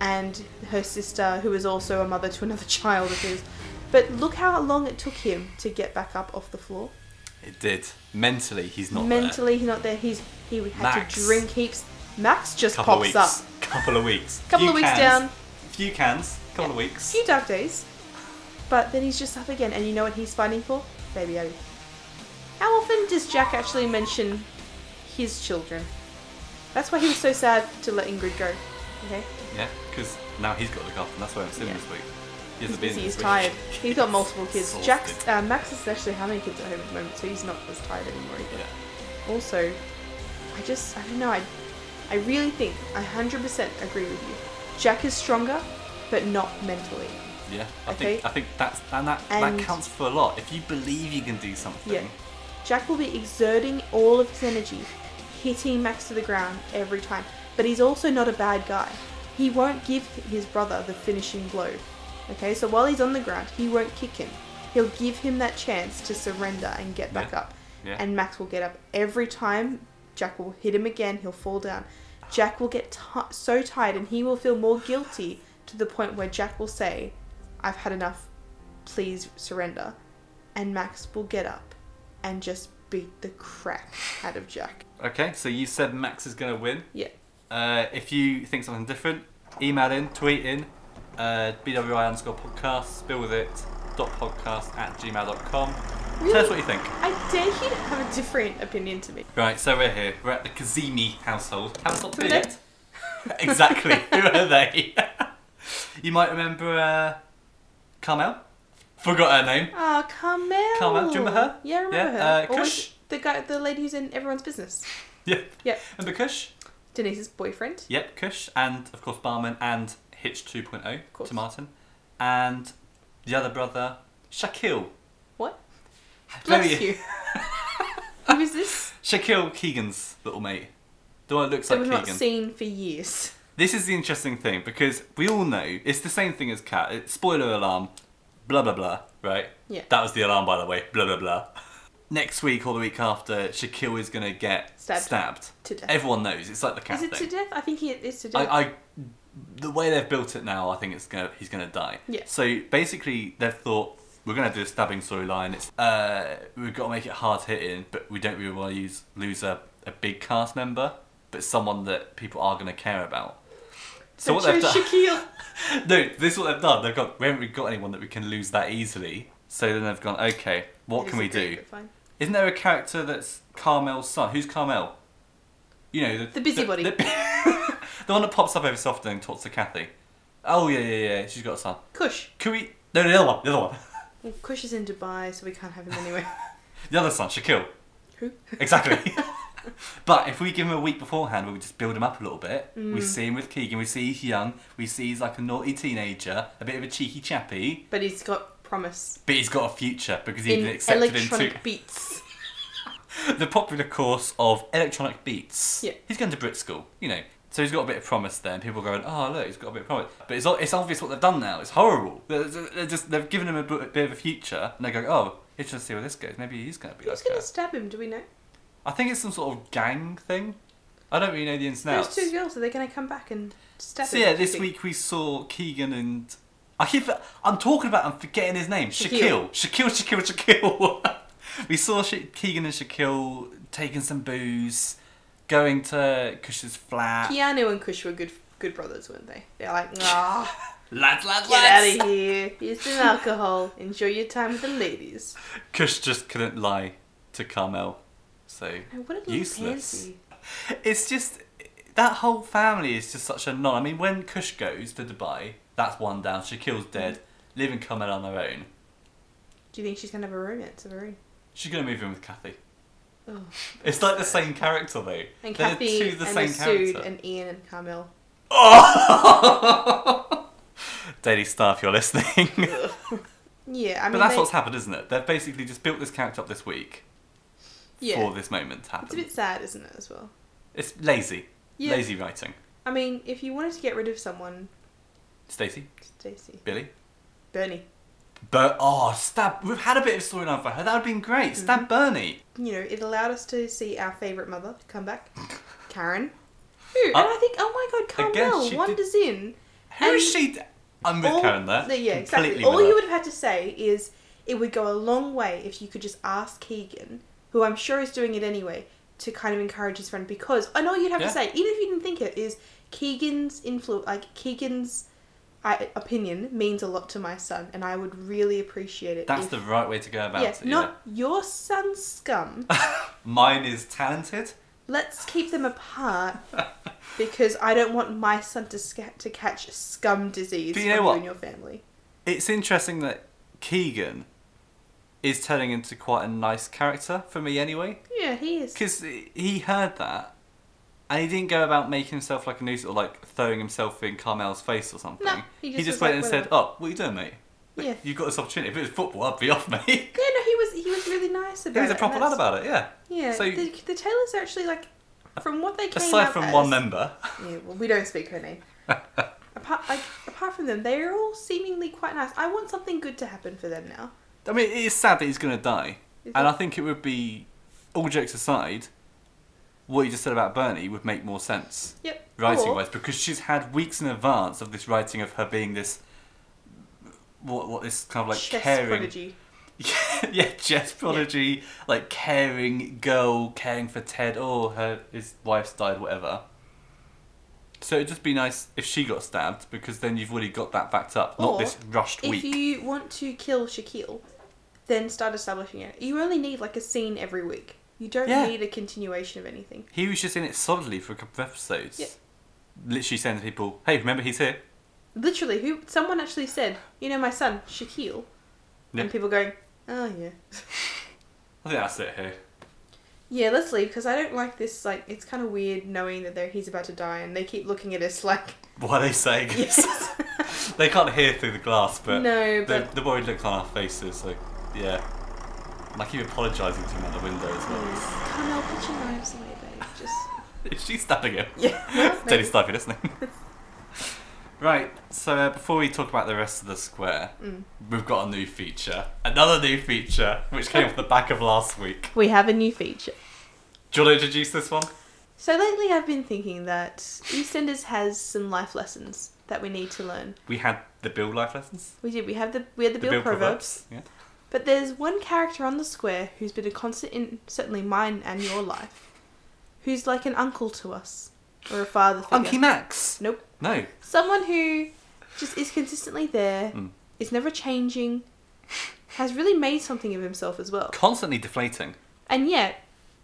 S2: and her sister, who is also a mother to another child of his, but look how long it took him to get back up off the floor
S1: It did. Mentally, he's not there.
S2: mentally he's not there. He's he had
S1: Max.
S2: to drink heaps. Max just
S1: couple
S2: pops
S1: of
S2: up.
S1: weeks. Couple of weeks.
S2: Couple
S1: Few
S2: of weeks
S1: cans.
S2: down.
S1: Few cans. Couple of weeks.
S2: Few dark days, but then he's just up again. And you know what he's fighting for? Baby Abby. How often does Jack actually mention his children? That's why he was so sad to let Ingrid go. Okay,
S1: Yeah, because now he's got to look after, and that's why I'm sitting
S2: Yeah.
S1: this week. He
S2: he's
S1: hasn't been
S2: busy.
S1: this
S2: He's
S1: week.
S2: tired. He's got multiple kids.
S1: Exhausted.
S2: Jack's uh, Max is actually having kids at home at the moment, so he's not as tired anymore. Either.
S1: Yeah.
S2: Also, I just, I don't know, I, I really think, I 100% agree with you. Jack is stronger, but not mentally.
S1: Yeah. I
S2: Okay.
S1: think I think that's and that
S2: And-
S1: that counts for a lot. If you believe you can do something,
S2: Yeah. Jack will be exerting all of his energy, hitting Max to the ground every time, but he's also not a bad guy. He won't give his brother the finishing blow. Okay, so while he's on the ground, he won't kick him. He'll give him that chance to surrender and get back
S1: Yeah.
S2: up.
S1: Yeah.
S2: And Max will get up every time. Jack will hit him again. He'll fall down. Jack will get ti so tired and he will feel more guilty to the point where Jack will say, I've had enough. Please surrender. And Max will get up and just beat the crap out of Jack.
S1: Okay. So you said Max is going to win.
S2: Yeah.
S1: Uh, if you think something different, email in, tweet in, uh, BWI underscore podcast, spill with it, dot podcast at gmail.com. Tell us what you think.
S2: I dare you to have a different opinion to me.
S1: Right, so we're here. We're at the Kazemi household. Haven't stopped
S2: We're
S1: here
S2: there.
S1: yet. exactly. Who are they? you might remember uh, Carmel. Forgot her name.
S2: Ah, Carmel.
S1: Carmel, do you remember her?
S2: Yeah, I remember
S1: Yeah,
S2: her.
S1: uh,
S2: Or was
S1: Kush?
S2: it the guy, the lady who's in everyone's business.
S1: Yeah.
S2: Yeah.
S1: Remember Kush?
S2: Denise's boyfriend.
S1: Yep, Kush, and of course Barman and Hitch 2.0
S2: course.
S1: to Martin, and the other brother Shaquille.
S2: What?
S1: Very-
S2: Bless you. Who is this?
S1: Shaquille Keegan's little mate, the one that looks
S2: That
S1: like
S2: we've
S1: Keegan.
S2: not seen for years.
S1: This is the interesting thing because we all know it's the same thing as Cat. It's spoiler alarm, blah blah blah, right?
S2: Yeah.
S1: That was the alarm, by the way, blah blah blah. Next week or the week after, Shaquille is gonna get
S2: Stabbed. To death.
S1: Everyone knows it's like the cat
S2: Is it
S1: thing.
S2: to death? I think he is to death.
S1: I, I the way they've built it now, I think it's gonna he's gonna die.
S2: Yeah.
S1: So basically, they've thought we're gonna do a stabbing storyline. It's uh we've got to make it hard hitting, but we don't really want to use lose a, a big cast member, but someone that people are gonna care about. So what
S2: They
S1: they've
S2: chose
S1: done,
S2: Shaquille.
S1: no, this is what they've done. They've got we haven't really got anyone that we can lose that easily. So then they've gone, okay, what
S2: I
S1: can we
S2: disagree,
S1: do?
S2: but fine.
S1: Isn't there a character that's Carmel's son? Who's Carmel? You know, the,
S2: The busybody.
S1: The, the- the one that pops up every so often and talks to Kathy. Oh, yeah, yeah, yeah, she's got a son.
S2: Kush.
S1: Could we. No, the other one, the other one.
S2: Well, Kush is in Dubai, so we can't have him anyway.
S1: The other son, Shaquille.
S2: Who?
S1: Exactly. but if we give him a week beforehand, we just build him up a little bit.
S2: Mm.
S1: We see him with Keegan, we see he's young, we see he's like a naughty teenager, a bit of a cheeky chappy,
S2: But he's got promise
S1: but he's got a future because he's been
S2: in
S1: accepted
S2: electronic
S1: into
S2: beats.
S1: the popular course of electronic beats.
S2: Yeah.
S1: He's going to Brit school, you know. So he's got a bit of promise there, and people are going, oh, look, he's got a bit of promise. But it's, o- it's obvious what they've done now. It's horrible. They're, they're just, they've given him a bu- bit of a future, and they're going, oh, interesting to see where this goes. Maybe he's going to be
S2: Who's
S1: like
S2: gonna
S1: her.
S2: stab him? Do we know?
S1: I think it's some sort of gang thing. I don't really know the ins and
S2: Those
S1: outs.
S2: two girls are they gonna come back and stab
S1: So
S2: him?
S1: yeah,
S2: do you
S1: this
S2: think?
S1: week we saw Keegan and... I keep... I'm talking about... I'm forgetting his name. Shaquille.
S2: Shaquille.
S1: Shaquille, Shaquille, Shaquille. we saw Sha Keegan and Shaquille taking some booze, going to Kush's flat.
S2: Keanu and Kush were good good brothers, weren't they? They're like, ah,
S1: Lads, lads,
S2: get out of here. Here's some alcohol. Enjoy your time with the ladies.
S1: Kush just couldn't lie to Carmel, so
S2: Oh, what a little
S1: useless.
S2: pansy.
S1: It's just that whole family is just such a non. I mean, when Kush goes to Dubai, that's one down. Shaquille's
S2: Mm.
S1: dead, leaving Carmel on her own.
S2: Do you think she's gonna have a romance of her own?
S1: She's gonna move in with Kathy.
S2: Oh.
S1: It's like the same character though.
S2: And
S1: They're
S2: Kathy
S1: two the
S2: and
S1: same
S2: Masood
S1: character.
S2: and Ian and Carmel.
S1: Oh! Daily Star, if you're listening.
S2: Yeah, I mean,
S1: but that's
S2: they-
S1: what's happened, isn't it? They've basically just built this character up this week
S2: yeah.
S1: for this moment to
S2: It's a
S1: happen.
S2: bit sad, isn't it, as well?
S1: It's lazy.
S2: Yeah.
S1: Lazy writing.
S2: I mean, if you wanted to get rid of someone,
S1: Stacey,
S2: Stacey,
S1: Billy.
S2: Bernie,
S1: But oh, stab! We've had a bit of storyline for her. That would have been
S2: Mm-hmm.
S1: great. Stab Bernie.
S2: you know, it allowed us to see our favourite mother come back, Karen. Who? and
S1: Uh,
S2: I think, oh my god,
S1: again,
S2: Carmel
S1: she
S2: wanders in.
S1: Who is
S2: And
S1: she? d- I'm with
S2: all-
S1: Karen there.
S2: No, Yeah, exactly.
S1: Completely
S2: All
S1: with
S2: you
S1: her.
S2: would have had to say is it would go a long way if you could just ask Keegan, who I'm sure is doing it anyway, to kind of encourage his friend because I know you'd have
S1: Yeah.
S2: to say, even if you didn't think it, is Keegan's influence, like Keegan's I, opinion means a lot to my son, and I would really appreciate it.
S1: That's
S2: if-
S1: the right way to go about
S2: yeah,
S1: it.
S2: not your son's scum.
S1: yeah. Mine is talented.
S2: Let's keep them apart because I don't want my son to sca- to catch scum disease
S1: But you
S2: from
S1: know
S2: you
S1: what?
S2: and your family.
S1: It's interesting that Keegan is turning into quite a nice character for me, anyway.
S2: Yeah, he is.
S1: Because he heard that, and he didn't go about making himself like a nuisance or like throwing himself in Carmel's face or something.
S2: he
S1: he
S2: just
S1: just
S2: was
S1: went
S2: like,
S1: and said,
S2: whatever.
S1: "Oh, what are you doing, mate? Like,
S2: Yeah.
S1: You've got this opportunity. If it was football, I'd be off, mate."
S2: Yeah, no, he was he was really nice about
S1: He
S2: it.
S1: was a
S2: and
S1: proper lad
S2: that's-
S1: about it, yeah.
S2: Yeah,
S1: So
S2: the, the Taylors are actually like, from what they came
S1: aside
S2: out
S1: from
S2: as-
S1: one member,
S2: Yeah, well, we don't speak her name. apart like apart from them, they are all seemingly quite nice. I want something good to happen for them now.
S1: I mean, it is sad that he's going to die,
S2: Is
S1: and
S2: it?
S1: I think it would be, all jokes aside, what you just said about Bernie would make more sense
S2: Yep.
S1: writing
S2: Or-
S1: wise because she's had weeks in advance of this writing of her being this. What what this kind of like
S2: chess
S1: caring
S2: prodigy.
S1: yeah, yeah, Jess prodigy, like caring girl, caring for Ted. Oh, her his wife's died, whatever. So it'd just be nice if she got stabbed because then you've already got that backed up, not
S2: Or
S1: this rushed
S2: If
S1: week.
S2: you want to kill Shaquille, then start establishing it. You only need like a scene every week. You don't
S1: Yeah.
S2: need a continuation of anything.
S1: He was just in it solidly for a couple of episodes.
S2: Yeah.
S1: literally sends people, "Hey, remember he's here."
S2: Literally, who someone actually said, you know, my son Shaquille,
S1: Yeah.
S2: and people going, oh yeah,
S1: I think that's it here.
S2: yeah, let's leave because I don't like this. Like, it's kind of weird knowing that they're, he's about to die, and they keep looking at us like,
S1: What are they saying?
S2: yes,
S1: they can't hear through the glass, but
S2: no,
S1: the,
S2: but
S1: the worried look on our faces, like, yeah. And I keep apologising to him out the window as well.
S2: Carmel, put your knives away, babe. Just
S1: Is
S2: Mm.
S1: she stabbing him?
S2: yeah, well,
S1: Teddy,
S2: maybe.
S1: stop you listening. right, so uh, before we talk about the rest of the square,
S2: Mm.
S1: we've got a new feature. Another new feature, which came off the back of last week.
S2: We have a new feature.
S1: Do you want to introduce this one?
S2: So lately, I've been thinking that EastEnders has some life lessons that we need to learn.
S1: We had the Bill life lessons.
S2: We did. We have the we had the, Bill, proverbs.
S1: Yeah.
S2: But there's one character on the square who's been a constant in certainly mine and your life, who's like an uncle to us or a father figure.
S1: Unky Max.
S2: Nope.
S1: No.
S2: Someone who just is consistently there, is
S1: Mm.
S2: never changing, has really made something of himself as well,
S1: Constantly deflating.
S2: and yet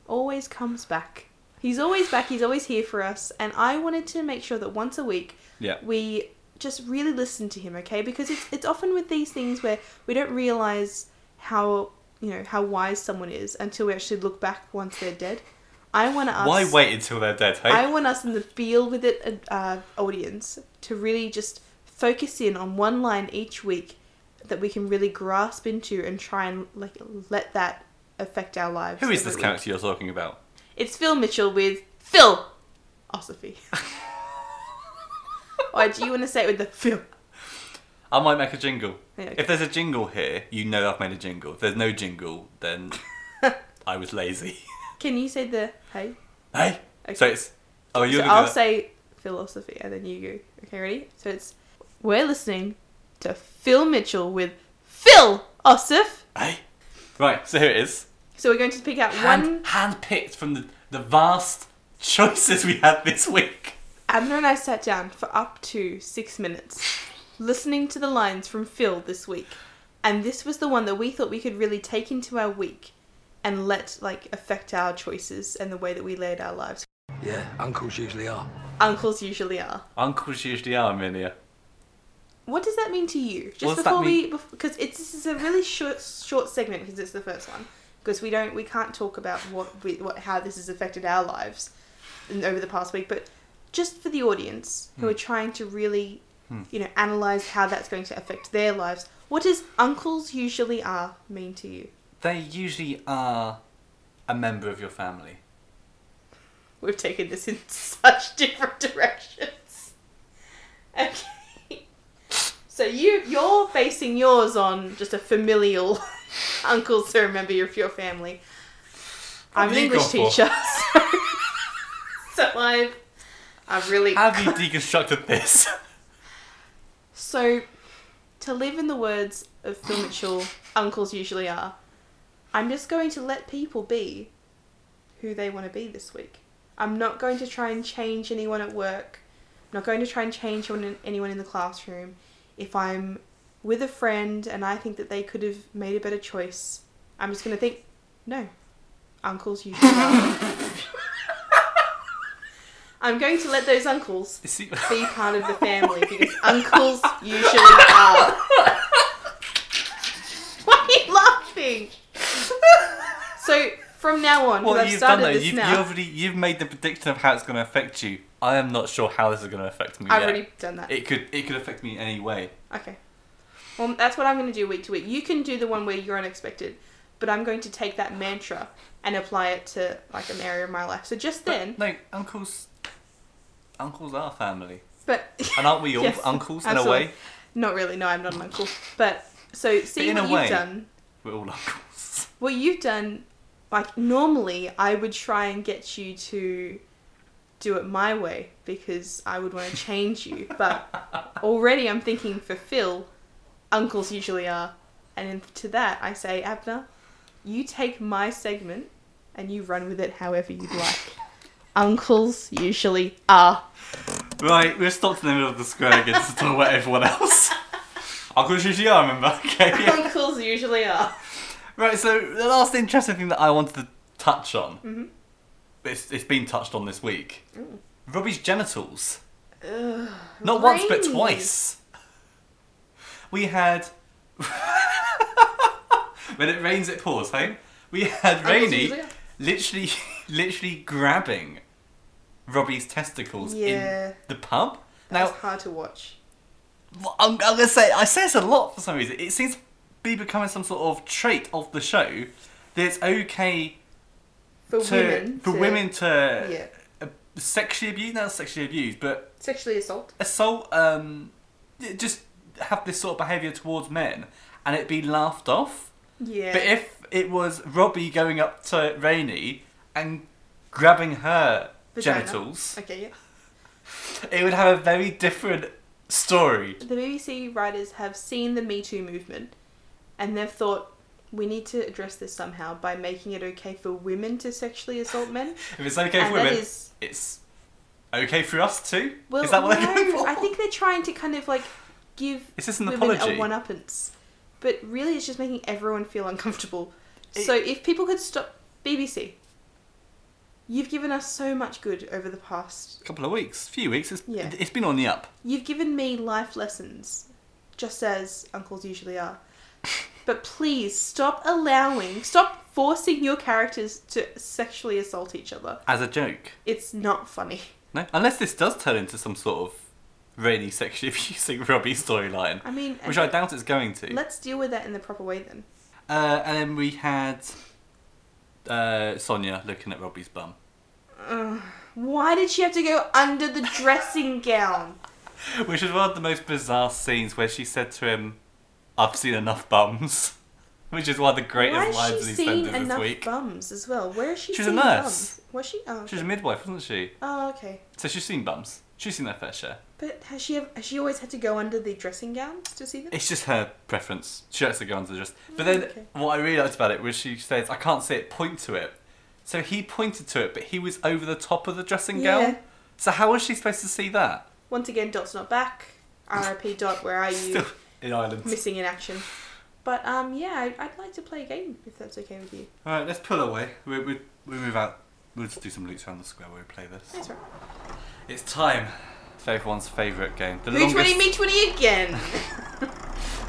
S2: always comes back. He's always back. He's always here for us, and I wanted to make sure that once a week
S1: Yeah.
S2: we just really listen to him, okay? Because it's it's often with these things where we don't realize how you know how wise someone is until we actually look back once they're dead. I want us.
S1: Why wait until they're dead, hey?
S2: I want us in the feel with it uh, audience to really just focus in on one line each week that we can really grasp into and try and like let that affect our lives.
S1: Who is
S2: every
S1: this
S2: week.
S1: character you're talking about?
S2: It's Phil Mitchell with Phil Osophy. or do you want to say it with the Phil?
S1: I might make a jingle.
S2: Yeah, okay.
S1: If there's a jingle here, you know I've made a jingle. If there's no jingle, then I was lazy.
S2: Can you say the hey?
S1: hey?
S2: Okay.
S1: So it's. Oh, you're
S2: So
S1: gonna
S2: I'll
S1: do that.
S2: say philosophy and then you go. Okay, ready? So it's we're listening to Phil Mitchell with Phil Ossoff.
S1: Hey? Eh? Right, so here it is.
S2: So we're going to pick out
S1: Hand,
S2: one.
S1: hand-picked from the, the vast choices we had this week.
S2: Abner and I sat down for up to six minutes listening to the lines from Phil this week. And this was the one that we thought we could really take into our week and let like affect our choices and the way that we laid our lives.
S3: Yeah, uncles usually are.
S2: Uncles usually are.
S1: Uncles usually are, Minia.
S2: What does that mean to you? Just
S1: What does that
S2: before we, because it's this is a really short short segment because it's the first one. Because we don't we can't talk about what we what how this has affected our lives in, over the past week, but just for the audience who are trying to really you know analyze how that's going to affect their lives. What does uncles usually are mean to you?
S1: They usually are a member of your family.
S2: We've taken this in such different directions. Okay. So you you're basing yours on just a familial uncles to remember you your family. I'm
S1: What have
S2: an
S1: you
S2: English
S1: gone for?
S2: teacher, so, so I've I've really
S1: Have you deconstructed this?
S2: so to live in the words of Phil Mitchell, uncles usually are. I'm just going to let people be who they want to be this week. I'm not going to try and change anyone at work. I'm not going to try and change anyone- anyone in the classroom. If I'm with a friend and I think that they could have made a better choice, I'm just going to think, no, uncles usually are. I'm going to let those uncles
S1: Is he-
S2: be part of the family because uncles usually are. Why are you laughing? So from now on, 'cause
S1: What
S2: I've
S1: you've done
S2: started
S1: though,
S2: this
S1: you've,
S2: now.
S1: you've already you've made the prediction of how it's going to affect you. I am not sure how this is going to affect me.
S2: I've
S1: yet.
S2: already done that.
S1: It could it could affect me in any way.
S2: Okay. Well, that's what I'm going to do week to week. You can do the one where you're unexpected, but I'm going to take that mantra and apply it to like an area of my life. So just then,
S1: No, uncles, uncles are family,
S2: but
S1: and aren't we all
S2: Yes,
S1: uncles in a
S2: absolutely.
S1: way?
S2: not really. No, I'm not an uncle. But so see
S1: in
S2: what
S1: a
S2: you've
S1: way.
S2: done.
S1: We're all uncles.
S2: What you've done, like normally, I would try and get you to do it my way because I would want to change you. But already, I'm thinking for Phil, uncles usually are, and then to that I say, Abner, you take my segment and you run with it however you'd like. Uncles usually are.
S1: Right, we're stopped in the middle of the square again to talk about everyone else. Uncles usually are, remember? Okay. yeah.
S2: Uncles usually are.
S1: Right, so the last interesting thing that I wanted to
S2: Mm-hmm.
S1: touch on, it's, it's been touched on this week. Robbie's genitals.
S2: Ugh,
S1: Not once, but
S2: Rainy.
S1: twice. We had. when it rains, it pours, hey? We had
S2: I was
S1: Rainy
S2: really-
S1: literally, literally grabbing Robbie's testicles
S2: Yeah.
S1: in the pub.
S2: That was
S1: now,
S2: hard to watch.
S1: I'm, I'm gonna say I say this a lot for some reason. It seems to be becoming some sort of trait of the show that it's okay
S2: For
S1: to
S2: women.
S1: for
S2: to-
S1: women to
S2: Yeah.
S1: uh, sexually abuse, not sexually abused, but
S2: Sexually assault.
S1: assault um just have this sort of behavior towards men and it'd be laughed off
S2: Yeah.
S1: but if it was robbie going up to rainey and grabbing her
S2: Vagina.
S1: genitals
S2: Okay, yeah.
S1: it would have a very different story
S2: The BBC writers have seen the Me Too movement and they've thought we need to address this somehow by making it okay for women to sexually assault men.
S1: if it's okay
S2: and
S1: for women
S2: that is
S1: it's okay for us too
S2: well,
S1: is that what
S2: no,
S1: they're going for
S2: I think they're trying to kind of like give
S1: is this an
S2: women
S1: apology
S2: a one uppance. But really it's just making everyone feel uncomfortable.
S1: It-
S2: so if people could stop BBC. You've given us so much good over the past
S1: a couple of weeks few weeks it's,
S2: Yeah.
S1: it's been on the up
S2: You've given me life lessons, just as uncles usually are. But please stop allowing, stop forcing your characters to sexually assault each other.
S1: as a joke
S2: It's not funny.
S1: No, unless this does turn into some sort of rainy sexually abusing Robbie storyline,
S2: I mean,
S1: which I doubt it's going to.
S2: let's deal with that in the proper way then.
S1: Uh, and then we had uh, Sonia looking at Robbie's bum.
S2: Why did she have to go under the dressing gown?
S1: Which is one of the most bizarre scenes where she said to him, I've seen enough bums. Which is one of the
S2: Why
S1: greatest
S2: has
S1: lines
S2: she
S1: in
S2: seen
S1: EastEnders this
S2: enough
S1: week.
S2: bums as well? Where is she?
S1: She was a
S2: seeing
S1: nurse.
S2: Bums? Was she? Oh,
S1: She was a
S2: okay.
S1: midwife, wasn't she?
S2: oh, okay.
S1: So she's seen bums. She's seen their fair share.
S2: But has she? ev- Has she always had to go under the dressing gowns to see them?
S1: It's just her preference. She likes to go under the dress. But then
S2: Ah, Okay.
S1: what I realised about it was she says, I can't see it, point to it. So he pointed to it, but he was over the top of the dressing
S2: Yeah.
S1: gown. So how was she supposed to see that?
S2: Once again, Dot's not back. R.I.P. Dot, where are you?
S1: Still in Ireland.
S2: Missing in action. But um, yeah, I'd, I'd like to play a game if that's okay with you.
S1: Alright, let's pull away. We, we, we move out. We'll just do some loops around the square while we play this.
S2: That's right.
S1: It's time for everyone's favourite game. The
S2: Who twenty me twenty again.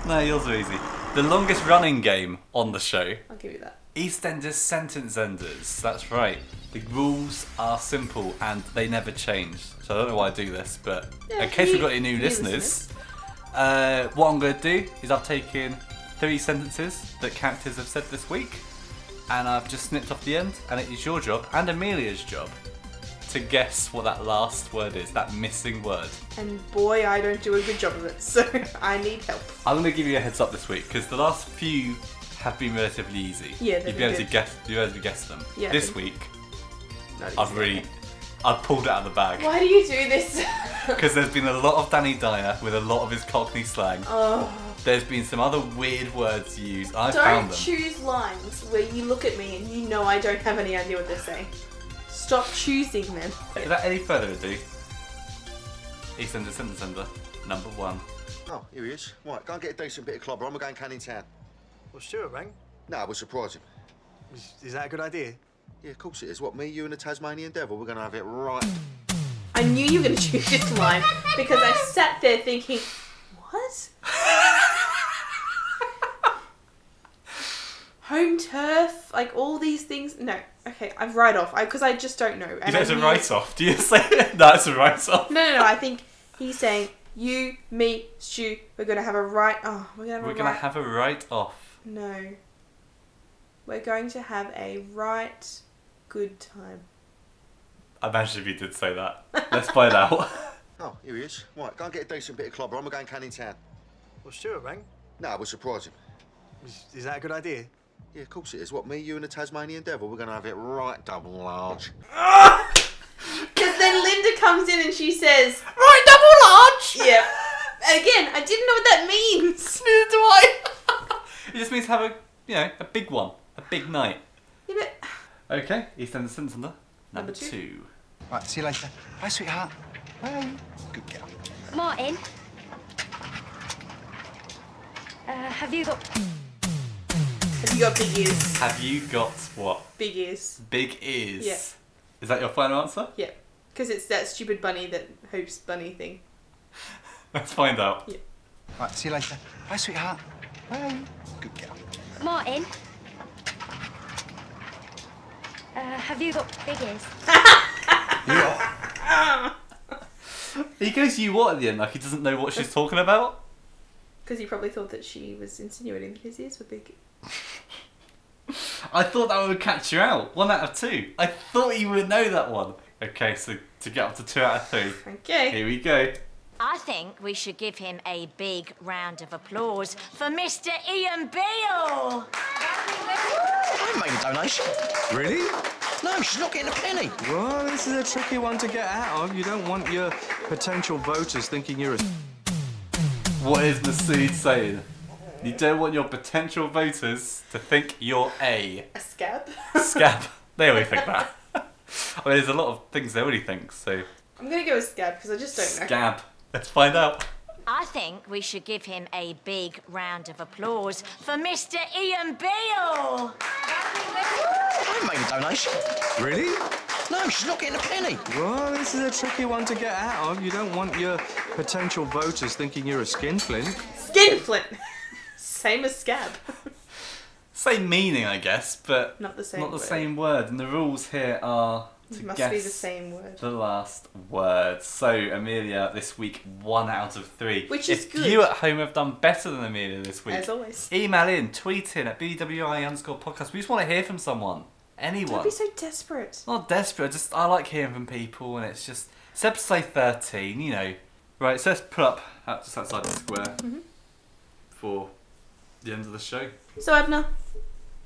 S1: No, yours are easy. The longest running game on the show.
S2: I'll give you that.
S1: EastEnders Sentence Enders. That's right. The rules are simple and they never change. So I don't know why I do this, but
S2: Yeah,
S1: in case
S2: you-
S1: we've got any new
S2: you
S1: listeners, uh, what I'm going to do is I've taken three sentences that characters have said this week and I've just snipped off the end, and it is your job and Amelia's job to guess what that last word is, that missing word.
S2: And boy, I don't do a good job of it, so I need help.
S1: I'm going to give you a heads up this week because the last few have been relatively easy.
S2: Yeah, they've
S1: you've
S2: been
S1: been able to
S2: good.
S1: guess, you've been able to guess them.
S2: Yeah.
S1: This week,
S2: Not easy.
S1: I've really, I've pulled it out of the bag
S2: Why do you do this?
S1: because there's been a lot of Danny Dyer with a lot of his Cockney slang.
S2: oh,
S1: There's been some other weird words used. I found
S2: don't
S1: them.
S2: choose lines where you look at me and you know I don't have any idea what they're saying. Stop choosing them.
S1: Without any further ado, EastEnders Sentence Ender number one.
S4: Oh, here he is. Right, go and get a decent bit of clobber on. We're going Canning Town.
S5: Well, Stuart rang.
S4: No, we'll surprise him.
S5: Is, is that a good idea?
S4: Yeah, of course it is. What, me, you, and the Tasmanian devil? We're going to have it right.
S2: I knew you were going to choose this line because I sat there thinking, what? Home turf, like all these things. No, okay, I've write off because I, just don't know.
S1: You
S2: And
S1: know,
S2: I
S1: it's a
S2: knew-
S1: write off. Do you say that's a write off?
S2: No, no, no. I think he's saying you, me, Stu. We're gonna have a right. Oh, we're gonna have
S1: We're
S2: a
S1: gonna
S2: right.
S1: have a write off.
S2: no, we're going to have a right good time.
S1: I imagine if you did say that. Let's find out.
S4: Oh, here he is. Right, go and get a decent bit of clobber on. We're going Canning Town.
S5: Well, Stuart rang.
S4: No, we'll surprise him.
S5: Is, is that a good idea?
S4: Yeah, of course it is. What, me, you, and the Tasmanian devil? We're going to have it right double large.
S2: Because then Linda comes in and she says,
S1: right, double large.
S2: "Yeah." Again, I didn't know what that means.
S1: Neither do I. it just means have a you know a big one, a big night.
S2: You know,
S1: Okay, EastEnders Sentence Ender number,
S2: Number
S1: two.
S2: two.
S6: Right, see you later. Bye, sweetheart. Bye. Good girl.
S7: Martin? Uh, have you got
S2: have you got big ears?
S1: Have you got what
S2: Big ears.
S1: big ears?
S2: Yeah.
S1: Is that your final answer?
S2: Yeah. Because it's that stupid bunny that Hope's bunny thing.
S1: Let's find out.
S6: Right, see you later. Bye, sweetheart. Bye. Good girl.
S7: Martin. Uh, have you got big ears?
S1: He goes, "You what?" at the end, like he doesn't know what she's talking about.
S2: Because he probably thought that she was insinuating that his ears were big.
S1: I thought that would catch you out. One out of two. I thought you would know that one. Okay, so to get up to two out of three,
S2: Okay.
S1: here we go.
S8: I think we should give him a big round of applause for Mr. Ian Beale.
S9: I made a donation.
S10: Really?
S9: No, she's not getting a penny.
S10: Well, this is a tricky one to get out of. You don't want your potential voters thinking you're a.
S1: What is Masood saying? You don't want your potential voters to think you're a
S2: A scab.
S1: scab. They already think that. I mean, there's a lot of things they already think. So
S2: I'm gonna go with scab because I just don't know.
S1: scab. Let's find out.
S8: I think we should give him a big round of applause for Mr. Ian Beale.
S9: I made a donation.
S10: Really?
S9: No, she's not getting a penny.
S10: Well, this is a tricky one to get out of. You don't want your potential voters thinking you're a skinflint.
S2: Skinflint. Same as scab.
S1: Same meaning, I guess, but
S2: Not the same
S1: Not the
S2: word.
S1: same word. And the rules here are to
S2: Must
S1: guess
S2: be the same word.
S1: the last word. So Amelia, this week one out of three.
S2: Which
S1: if
S2: is good.
S1: You at home have done better than Amelia this week.
S2: As always.
S1: Email in, tweet in at BWI underscore podcast. We just want to hear from someone, anyone.
S2: Don't be so desperate.
S1: not desperate. Just I like hearing from people, and it's just it's episode thirteen. You know, right? So let's put up out, just outside the square
S2: Mm-hmm.
S1: for the end of the show.
S2: So Abner,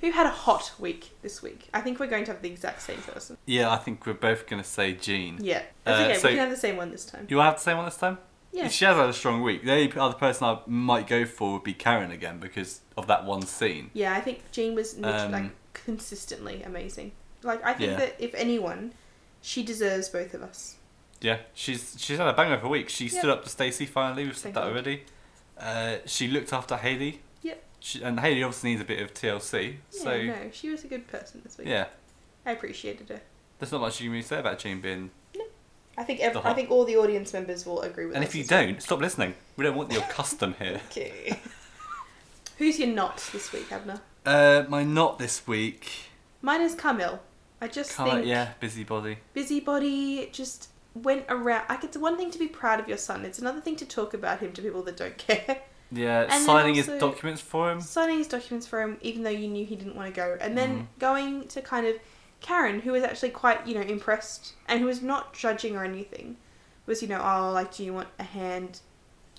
S2: who had a hot week this week? I think we're going to have the exact same person.
S1: Yeah, I think we're both gonna say Jean.
S2: Yeah.
S1: Uh,
S2: That's okay.
S1: so-
S2: we can have the same one this time.
S1: You want to have the same one this time?
S2: Yeah.
S1: She has had a strong week. The only other person I might go for would be Karen again because of that one scene.
S2: Yeah, I think Jean was nit-
S1: Um,
S2: like consistently amazing. Like I think
S1: Yeah.
S2: that if anyone, she deserves both of us.
S1: Yeah, she's she's had a banger of a week. She stood
S2: Yeah.
S1: up to Stacey finally. We've said
S2: Thank
S1: that
S2: God.
S1: already. Uh, she looked after Haley.
S2: Yep.
S1: She, and Haley obviously needs a bit of TLC.
S2: Yeah,
S1: so
S2: no, she was a good person this week.
S1: yeah,
S2: I appreciated her.
S1: there's not much you can really say about Jean being.
S2: I think ev-
S1: The
S2: I
S1: hot-
S2: think all the audience members will agree with
S1: And
S2: us
S1: if you
S2: as well.
S1: don't, stop listening. We don't want your custom here.
S2: Okay. Who's your not this week, Abner?
S1: Uh, my not this week.
S2: Mine is Camille. I just
S1: Can't,
S2: think
S1: yeah, busybody.
S2: busybody just went around. Like it's one thing to be proud of your son. It's another thing to talk about him to people that don't care.
S1: Yeah,
S2: then
S1: signing his
S2: also-
S1: documents for him.
S2: Signing his documents for him, even though you knew he didn't want to go, and then going to kind of Karen, who was actually quite you know impressed and who was not judging or anything, was you know oh like do you want a hand,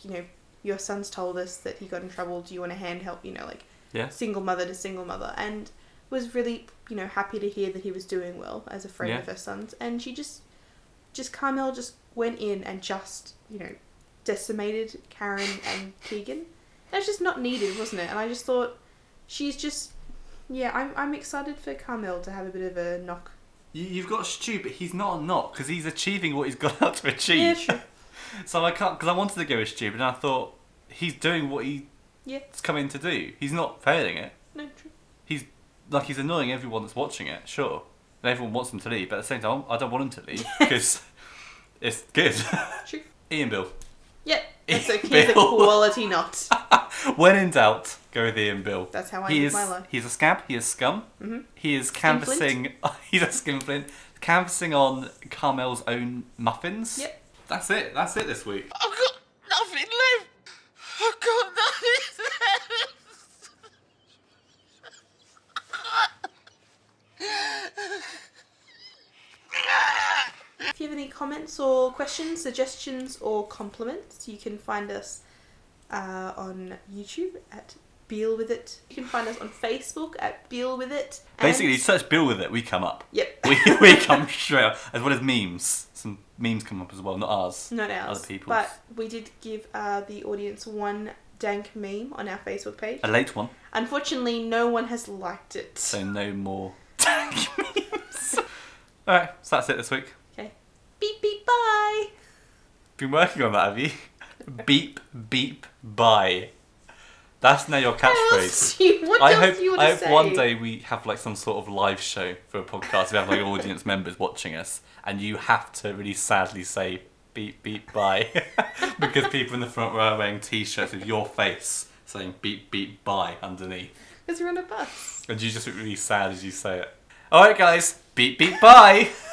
S2: you know your son's told us that he got in trouble. Do you want a hand help? You know like
S1: Yeah.
S2: single mother to single mother and was really you know happy to hear that he was doing well as a friend
S1: Yeah.
S2: of her son's and she just just Carmel just went in and just you know decimated Karen and Keegan that's just not needed wasn't it and I just thought she's just yeah I'm, I'm excited for Carmel to have a bit of a knock
S1: You- You've got Stu, but he's not a knock because he's achieving what he's got out to achieve.
S2: yeah sure
S1: So I can't because I wanted to go with Stu, but then I thought he's doing what he's
S2: yeah
S1: come in to do. He's not failing it.
S2: no true
S1: He's like he's annoying everyone that's watching it, sure, and everyone wants him to leave. But at the same time, I don't want him to leave because it's good.
S2: true
S1: Ian Bill,
S2: yep that's a, he's
S1: Bill.
S2: a quality knot
S1: when in doubt, go with Ian Bill.
S2: That's how I
S1: he
S2: live
S1: is.
S2: my life.
S1: He's a scab. He is scum. Mm-hmm. He is canvassing. He's a skinflint. Canvassing on Carmel's own muffins.
S2: Yep.
S1: That's it. That's it this week.
S9: I've got nothing left. I've got nothing left.
S2: If you have any comments or questions, suggestions or compliments, you can find us uh, on YouTube at Beal With It. You can find us on Facebook at Beal With It. and-
S1: Basically, you search Bill with it, we come up.
S2: Yep.
S1: We, we come straight up, as well as memes. Some memes come up as well, not ours.
S2: not ours,
S1: Other people's.
S2: but we did give uh, the audience one dank meme on our Facebook page.
S1: A late one,
S2: Unfortunately, no one has liked it.
S1: so no more dank memes. Alright, so that's it this week.
S2: okay, beep beep bye.
S1: Been working on that, have you? Beep, beep, bye. That's now your
S2: What
S1: catchphrase.
S2: else do you, what
S1: I
S2: else
S1: hope,
S2: do you want
S1: I
S2: to
S1: hope
S2: say?
S1: one day we have like some sort of live show for a podcast. We have like audience members watching us, and you have to really sadly say beep beep bye because people in the front row are wearing t-shirts with your face saying beep beep bye underneath,
S2: Because we're on a bus.
S1: and you just look really sad as you say it. All right, guys, beep beep bye.